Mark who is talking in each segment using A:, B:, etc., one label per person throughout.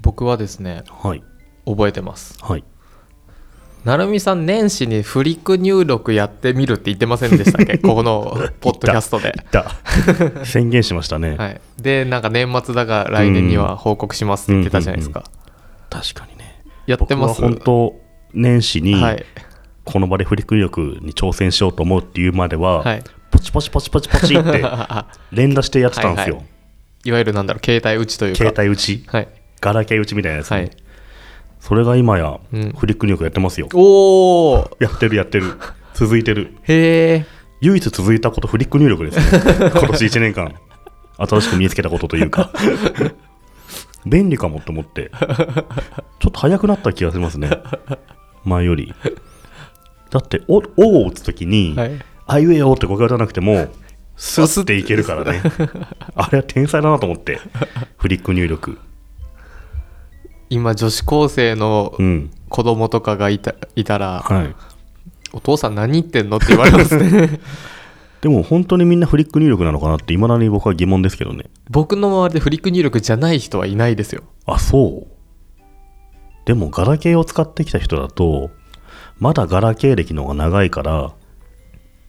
A: 僕はですね
B: はい
A: 覚えてます
B: はい
A: なるみさん年始にフリック入力やってみるって言ってませんで したっけこのポッドキャストで
B: いた宣言しましたね、
A: はい、でなんか年末だが来年には報告しますって言ってたじゃないですか、
B: 確かにね
A: やってます
B: 僕は本当年始に
A: はい
B: この場でフリック力に挑戦しようと思うっていうまでは、
A: はい
B: ポチポチポチポチポチって 連打してやってたんですよ、
A: はいいわゆるなんだろう携帯打ちというか
B: 携帯打ち
A: はい
B: ガラケー打ちみたいなやつ、ね
A: はい
B: それが今や
A: うん
B: フリック力やってますよ、
A: おお
B: やってるやってる続いてる
A: へえ
B: 唯一続いたことフリック入力ですね 今年1年間新しく身につけたことというか便利かもと思ってちょっと早くなった気がしますね前よりだって「お」おを打つときに
A: はい
B: 「あいうえお」ってここ打たなくてもスッていけるからねあれは天才だなと思ってフリック入力
A: 今女子高生の
B: うん
A: 子供とかがいたいたら、
B: はい
A: お父さん何言ってんのって言われます ね
B: でも本当にみんなフリック入力なのかなっていまだに僕は疑問ですけどね
A: 僕の周りでフリック入力じゃない人はいないですよ
B: あそうでもガラケーを使ってきた人だとまだガラケー歴の方が長いから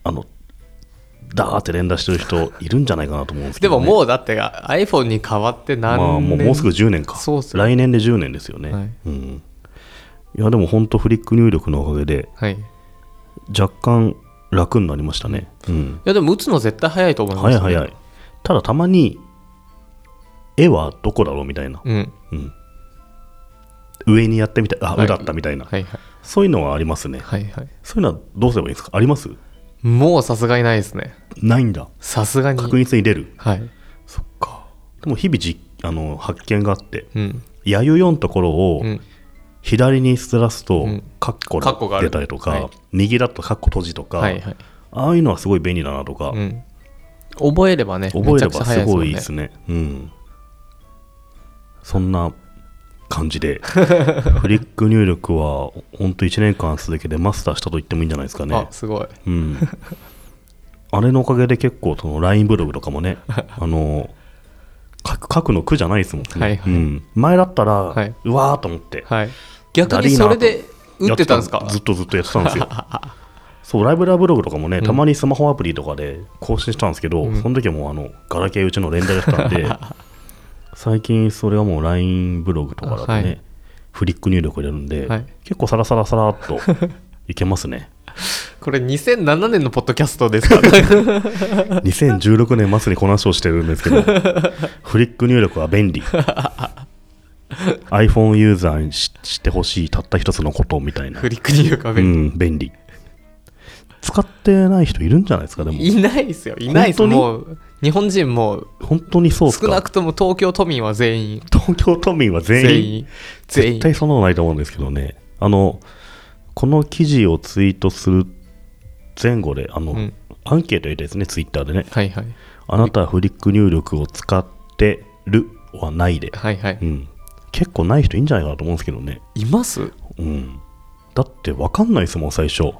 B: あのダーって連打してる人いるんじゃないかなと思うんですけ
A: で
B: ど、
A: も
B: ね、
A: もうだって iPhone に変わって何
B: まあ
A: 年、
B: もうもうすぐ10年か
A: そうっすよ
B: 来年で10年ですよね、
A: はい
B: うん、いやでも本当フリック入力のおかげで
A: はいい
B: 若干楽になりましたね、うん、
A: やでも打つの絶対早いと思います
B: 早い早いただたまに絵はどこだろうみたいな、
A: うん
B: うん、上にやってみたいあ、
A: はい
B: 上だったみたいな、
A: はいはい
B: そういうのはありますね
A: はいはい
B: そういうのはどうすればいいんですかあります
A: もうさすがにないですね
B: ないんだ
A: さすがに
B: 確実に出る
A: はい
B: そっかでも日々じあの発見があって
A: うん
B: 弥生4のところを
A: うん
B: 左にずらすと
A: うん
B: カッコ
A: カッコが
B: が
A: ある
B: 出たりと
A: はい
B: か右だとカッコ閉じとか、
A: はいはい
B: ああいうのはすごい便利だなとか、
A: うん覚えればね
B: 覚えれ
A: めちゃくち
B: ば
A: ゃ早いです
B: す
A: もん
B: ごい
A: ね
B: ですねうんそんな感じ でフリック入力は本当1年間続けてマスターしたと言ってもいいんじゃないですかね
A: あすごい
B: うん、あれのおかげで結構その LINE ブログとかも ねあの書く書くの苦じゃないですもんね、
A: はいはい
B: うん、前だったら、
A: はいう
B: わーと思って
A: はい逆にそれで打ってたんですか
B: やってたずっとずっとやってたんで すよそうライブラブログとかもねたまにスマホアプリとかで更新したんですけど、
A: うん
B: その時はもうあのガラケーうちの連打やってた んで最近それはもう LINE ブログとかだとね、
A: はい
B: フリック入力入れるんで、
A: はい
B: 結構サラサラサラっといけま すね
A: これ2007年のポッドキャストですから ね
B: 2016年末にこの話をしてるんで すけどフリック入力は便利 iPhone ユーザーにししてほしいたった一つのことみたいな
A: フリック入力は
B: う
A: 便利
B: ん便利使ってない人いるんじゃないですかでも
A: いないですよいないです
B: 本当に
A: もう日本人もう
B: 本当にそうっす
A: 少な
B: か
A: くとも東京都民は全員
B: 東京都民は全員
A: 全員全
B: 絶
A: 員
B: 対そんなのないと思うんですけどねあのこの記事をツイートする前後であの、
A: うん
B: アンケート入れたですねツイッターでね
A: はいはい
B: あなたはフリック入力を使ってるはないで
A: はいはい
B: うん、結構ない人いいんじゃないかなと思うんですけどね、
A: います
B: うん、だって分かんないですもん最初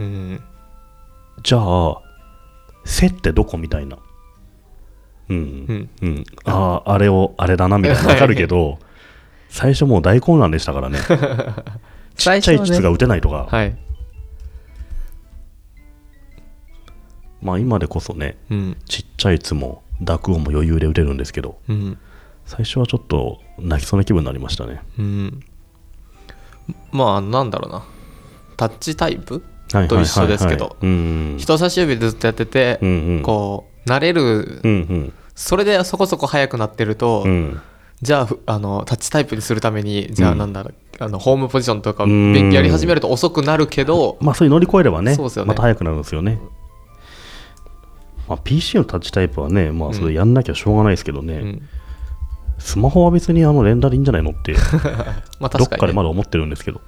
A: うん
B: じゃあ「せ」ってどこみたいなうん
A: うん
B: うん、あああれをあれだなみたい な分かるけど最初もう大混乱でしたからねちっちゃい筒が打てないとか、
A: はい
B: まあ今でこそね
A: うん
B: ちっちゃい筒も濁音も余裕で打てるんですけど
A: うん
B: 最初はちょっと泣きそうな気分になりましたね
A: うんまあなんだろうなタッチタイプ
B: はいはいはいはい
A: と一緒ですけど
B: うんうん
A: 人差し指でずっとやってて
B: うんうん
A: こう慣れる
B: うんうん
A: それでそこそこ速くなってると、
B: うん
A: じゃあふあのタッチタイプにするためにじゃあ
B: うん
A: なんだろう、あのホームポジションとか
B: うん
A: 勉強やり始めると遅くなるけど、
B: まあ、それ乗り越えればね
A: そうですよね
B: また早くなるんですよね。まあ、PC のタッチタイプはね、まあ、それやんなきゃしょうがないですけどね、
A: うん
B: スマホは別にあの連打でいいんじゃないの って、
A: まあ
B: どっ
A: 確か
B: か
A: に
B: で
A: ね、
B: まだ思ってるんですけど、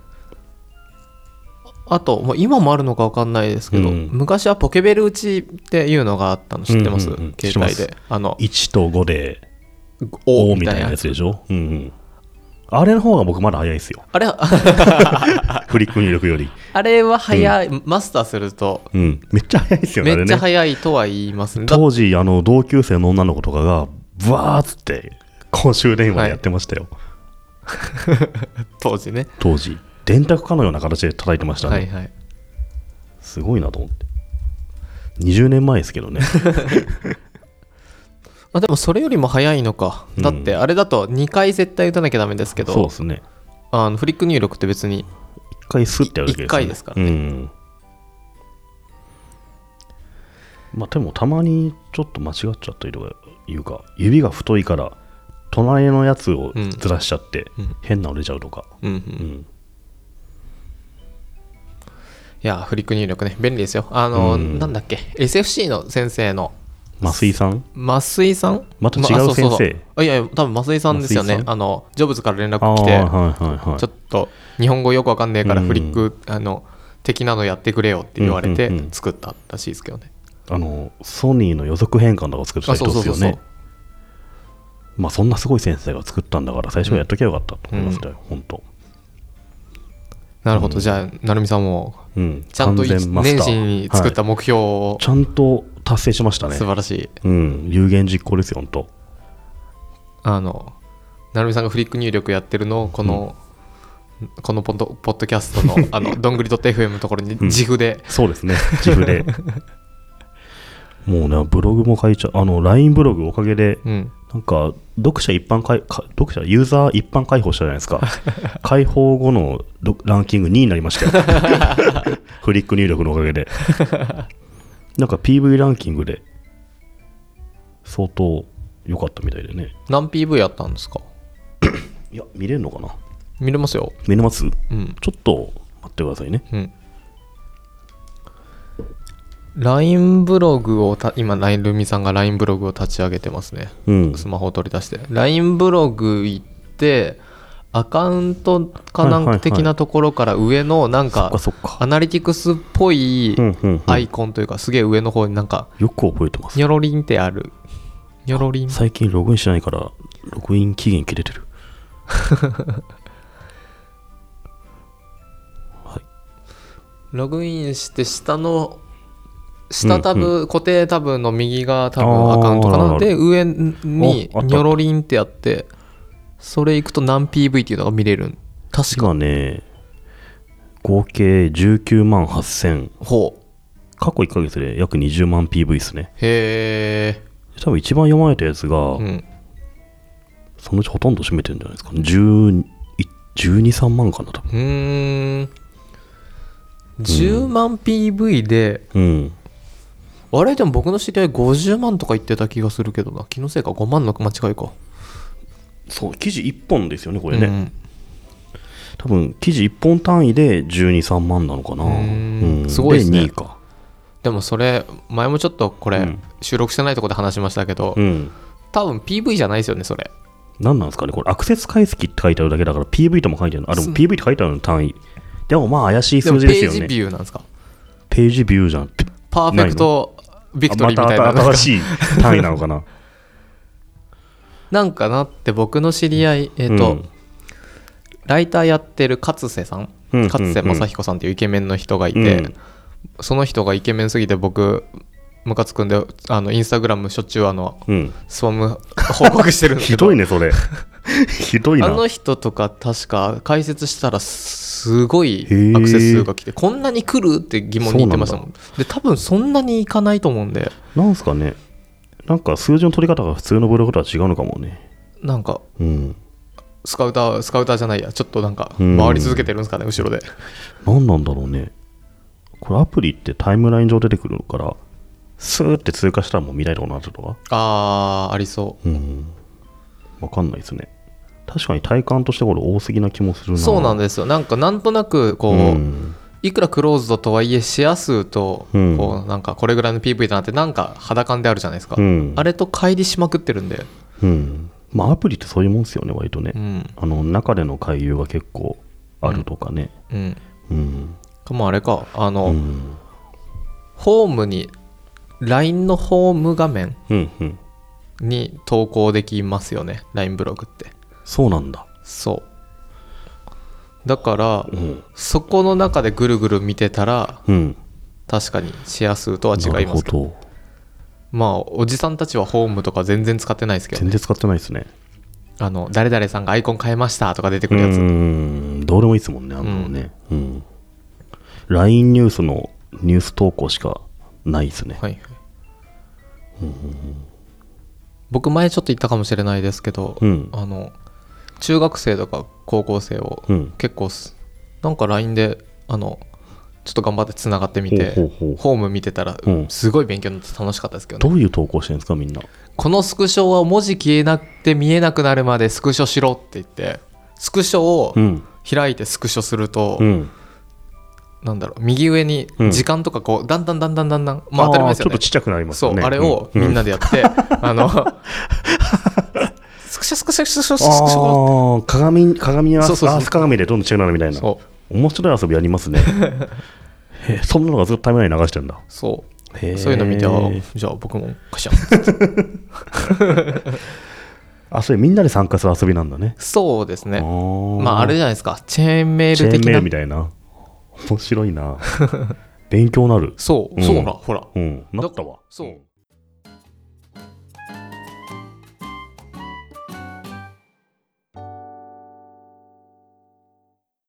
A: あと、もう今もあるのか分かんないですけど、
B: うん
A: 昔はポケベル打ちっていうのがあったの知ってます、
B: うんうんうん知って
A: 携
B: ま
A: 帯
B: す
A: であの
B: 1と5で、
A: お
B: おみたいなやつでしょ。うんうんあれの方が僕まだ早いですよ。
A: あれは
B: フリック入力より。
A: あれは早い、マスターすると
B: うん。めっちゃ早いですよね、あ
A: め
B: れ
A: っちゃ
B: ね。
A: 早いとは言いますねだ
B: 当時、あの、同級生の女の子とかが、ブワーっつって、公衆電話でやってましたよ、
A: 当時ね
B: 当時電卓かのような形で叩いてましたね、
A: はいはい
B: すごいなと思って20年前ですけ どね
A: あでもそれよりも早いのか、
B: うん
A: だってあれだと2回絶対打たなきゃダメですけ
B: そう
A: ど
B: ですね
A: あのフリック入力って別に
B: 一回スッてやるだけ
A: 一回ですから
B: ねうんまあでもたまにちょっと間違っちゃったりとかいうか指が太いから隣のやつをずらしちゃって、
A: うんうん
B: 変なの出ちゃうとか、
A: うんうん
B: う
A: い
B: ん、
A: やフリック入力ね便利ですよあの、
B: うん
A: なんだっけ SFC の先生の
B: 増井さん
A: 増井さん
B: また違う
A: あそそ
B: 先生
A: あいやいや多分増井さんですよ
B: 増
A: ね
B: 井さ
A: あのジョブズから連
B: あ
A: 絡
B: あ
A: 来
B: ー
A: て
B: はいはいはい
A: ちょっと日本語よくわかんねえから
B: うん
A: フリック、あの的なのやってくれよって言われて
B: うんうんうん
A: 作ったらしいですけどね、
B: あのソニーの予測変換とか作った
A: あ
B: 人
A: そう
B: で
A: そう
B: す
A: そう
B: よ
A: そう、
B: ねまあそんなすごい先生が作ったんだから最初はやっときゃよかったと思いましたよ、本当
A: なるほど、じゃあ成美さんも
B: うん
A: ちゃんと
B: 完全マス
A: 年
B: ター
A: 始に作っ
B: は
A: た目標を
B: い、ちゃんと達成しましたね
A: 素晴らしい、
B: うん有言実行ですよ本当
A: あの成美さんがフリック入力やってるのをこの、このポッドポッドキャストの あのどんぐり .fm のところに
B: うん
A: 自負で、
B: そうですね自負でもうねブログも書いちゃうあの LINE ブログおかげで
A: うん、
B: なんか読者一般開か読者ユーザー一般開放したじゃないで すか開放後のどランキング2位になりましたよ フリック入力のおかげでなんか PV ランキングで相当良かったみたいでね
A: 何 PV やったんですか
B: いや見れるのかな
A: 見れますよ
B: 見れますち
A: うん
B: ょっと待ってくださいね
A: うん LINE ブログをた今 LINE ルミさんが LINE ブログを立ち上げてますね
B: うん
A: スマホを取り出して LINE ブログ行ってアカウントかなん
B: はいはいは
A: か
B: い
A: 的なところから上のなん
B: そっか
A: か
B: そっか
A: アナリティクスっぽい
B: うんうんうん
A: アイコンというかすげえ上の方になんか
B: よく覚えてます
A: ニョロリンってあるニョロリン
B: 最近ログインしないからログイン期限切れてるはい
A: ログインして下の下タブ、固定タブの右が多分
B: あー
A: アカウントか
B: なる
A: な
B: ほど
A: で上にニ
B: おあった
A: ョロリンってやってそれ行くと何 PV っていうのが見れる確か
B: 今ね、合計19万8000、
A: ほう
B: 過去1ヶ月で約20万 PV ですね。
A: へえ
B: 多分一番読まれたやつが、
A: うん
B: そのうちほとんど占めてるんじゃないですか、ね。12、3万かな、多分。
A: うーん10万 PV で、
B: うん。
A: あれでも僕の知り合い50万とか言ってた気がするけどな気のせいか5万の間違いか
B: そう、記事1本ですよね、こ
A: こ
B: れね。多分、記事1本単位で12、3万なのかな。
A: うーんすごいですね
B: 2位か。
A: でもそれ前もちょっとこれ、
B: うん
A: 収録してないとこで話しましたけど、
B: うん。
A: 多分 PV じゃないですよねそれ
B: 何なんですかねこれアクセス解析って書いてあるだけだから PV とも書いてあるのあでも PV って書いてあるの単位でもまあ怪しい
A: で
B: 数
A: も
B: 字
A: ペ
B: ですよ
A: ー
B: ね
A: ジビューなんですか
B: ページビューじゃん
A: パーフェクトビクトリーみたい
B: あ
A: なな
B: また
A: ん
B: 新
A: か
B: しい単位なのかな
A: なんかなって僕の知り合いえっ、と、
B: うん
A: ライターやってる勝瀬さん
B: うんうんうん
A: 勝瀬正彦さんっていうイケメンの人がいて、
B: うん
A: その人がイケメンすぎて僕ムカつくんであのインスタグラムしょっちゅうあの
B: うん
A: スパム報告してるんです
B: ひ
A: けど
B: どい ねそれひどい
A: あ
B: な
A: の人とか確か解説したらすごい
B: へえ
A: アクセス数が来てこんなに来るって疑問に言ってましたもんで多分そんなにいかないと思うんで
B: なんすかねなんか数字の取り方が普通のブログとは違うのかもね
A: なんか
B: うん
A: スカウタースカウターじゃないやちょっとなんか
B: うん
A: 回り続けてるんですかね後ろで
B: 何なんだろうねこれアプリってタイムライン上出てくるからスーって通過したらもう見ないとこなるとか
A: あーありそ
B: うんわかんないですね確かに体感としてこれ多すぎな気もする
A: う
B: な
A: そうなんですよなんかなんとなくこう、
B: うん
A: いくらクローズドとはいえシェア数と
B: うん
A: こうなんかこれぐらいの PV だなってなんか肌感であるじゃないですか、
B: うん
A: あれと乖離しまくってるんで
B: うんまあアプリってそういうもんですよね割とね、
A: うん
B: あの中での回遊が結構あるとかね
A: うん
B: うん、
A: かもあれかあの、
B: うん
A: ホームに LINE のホーム画面
B: うんうん、
A: に投稿できますよね LINE ブログって
B: そうなんだ、
A: そうだから
B: うん
A: そこの中でぐるぐる見てたら
B: うん、
A: 確かにシェア数とは
B: な
A: 違い
B: る
A: ま
B: ほ
A: すけど
B: ど
A: まあおじさんたちはホームとか全然使ってないですけど
B: 全然使ってないですね
A: あの誰々さんがアイコン変えましたとか出てく
B: う
A: るやつ
B: んどうでもいいですもんねあんなのね、うん LINE ニュースのニュース投稿しかないですね、
A: はいはい僕前ちょっと言ったかもしれないですけど、
B: うん
A: あの中学生とか高校生を
B: うん
A: 結構すなんか LINE であのちょっと頑張ってつながってみて
B: ほうほうほう
A: ホーム見てたら、
B: うん
A: すごい勉強になって楽しかったですけどね
B: どういう投稿してるんですかみんな
A: このスクショは文字消えなくて見えなくなるまでスクショしろって言ってスクショを
B: うん
A: 開いてスクショすると、
B: うん
A: なんだろう右上に
B: うん
A: 時間とかこう、だんだんだんだんだんだんまあ当たり前ですよ
B: ーちょっと
A: ね
B: ちっちゃくなります
A: そ
B: よ
A: う、
B: ね
A: あれをみんなで
B: で
A: やって、あのスクショスクショスクショスクショスクショ
B: ああ鏡鏡に合わせ
A: そうそうそう
B: 合わせ鏡でどんどんちっちゃくなるみたいな
A: そう
B: 面白い遊びやります ねへえそんなのがずっとタイムラインに流してるんだ
A: そう
B: へー
A: そういうの見てあじゃあ僕もカシャン
B: あそれみんなで参加する遊びなんだね
A: そうですね
B: ー
A: まああれじゃないですかチェーンメー
B: チェ
A: ル
B: ーン
A: 的
B: メー
A: な
B: ルみたいな 面白いな勉強なる
A: そう
B: うん
A: そうほらほら
B: うんなったわ
A: そう